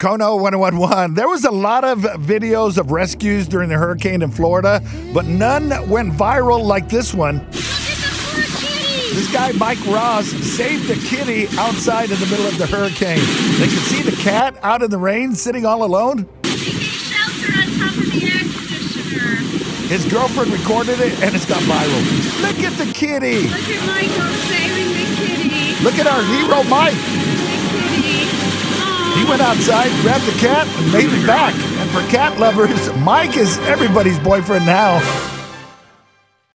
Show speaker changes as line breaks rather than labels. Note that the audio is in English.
Kono 1011. There was a lot of videos of rescues during the hurricane in Florida, but none went viral like this one. This guy, Mike Ross, saved a kitty outside in the middle of the hurricane. They could see the cat out in the rain sitting all alone.
shelter on top of the air conditioner.
His girlfriend recorded it and it's got viral. Look at the kitty.
Look at Michael saving the kitty.
Look at our hero, Mike.
The kitty. Aw.
He went outside, grabbed the cat, and made it back. And for cat lovers, Mike is everybody's boyfriend now.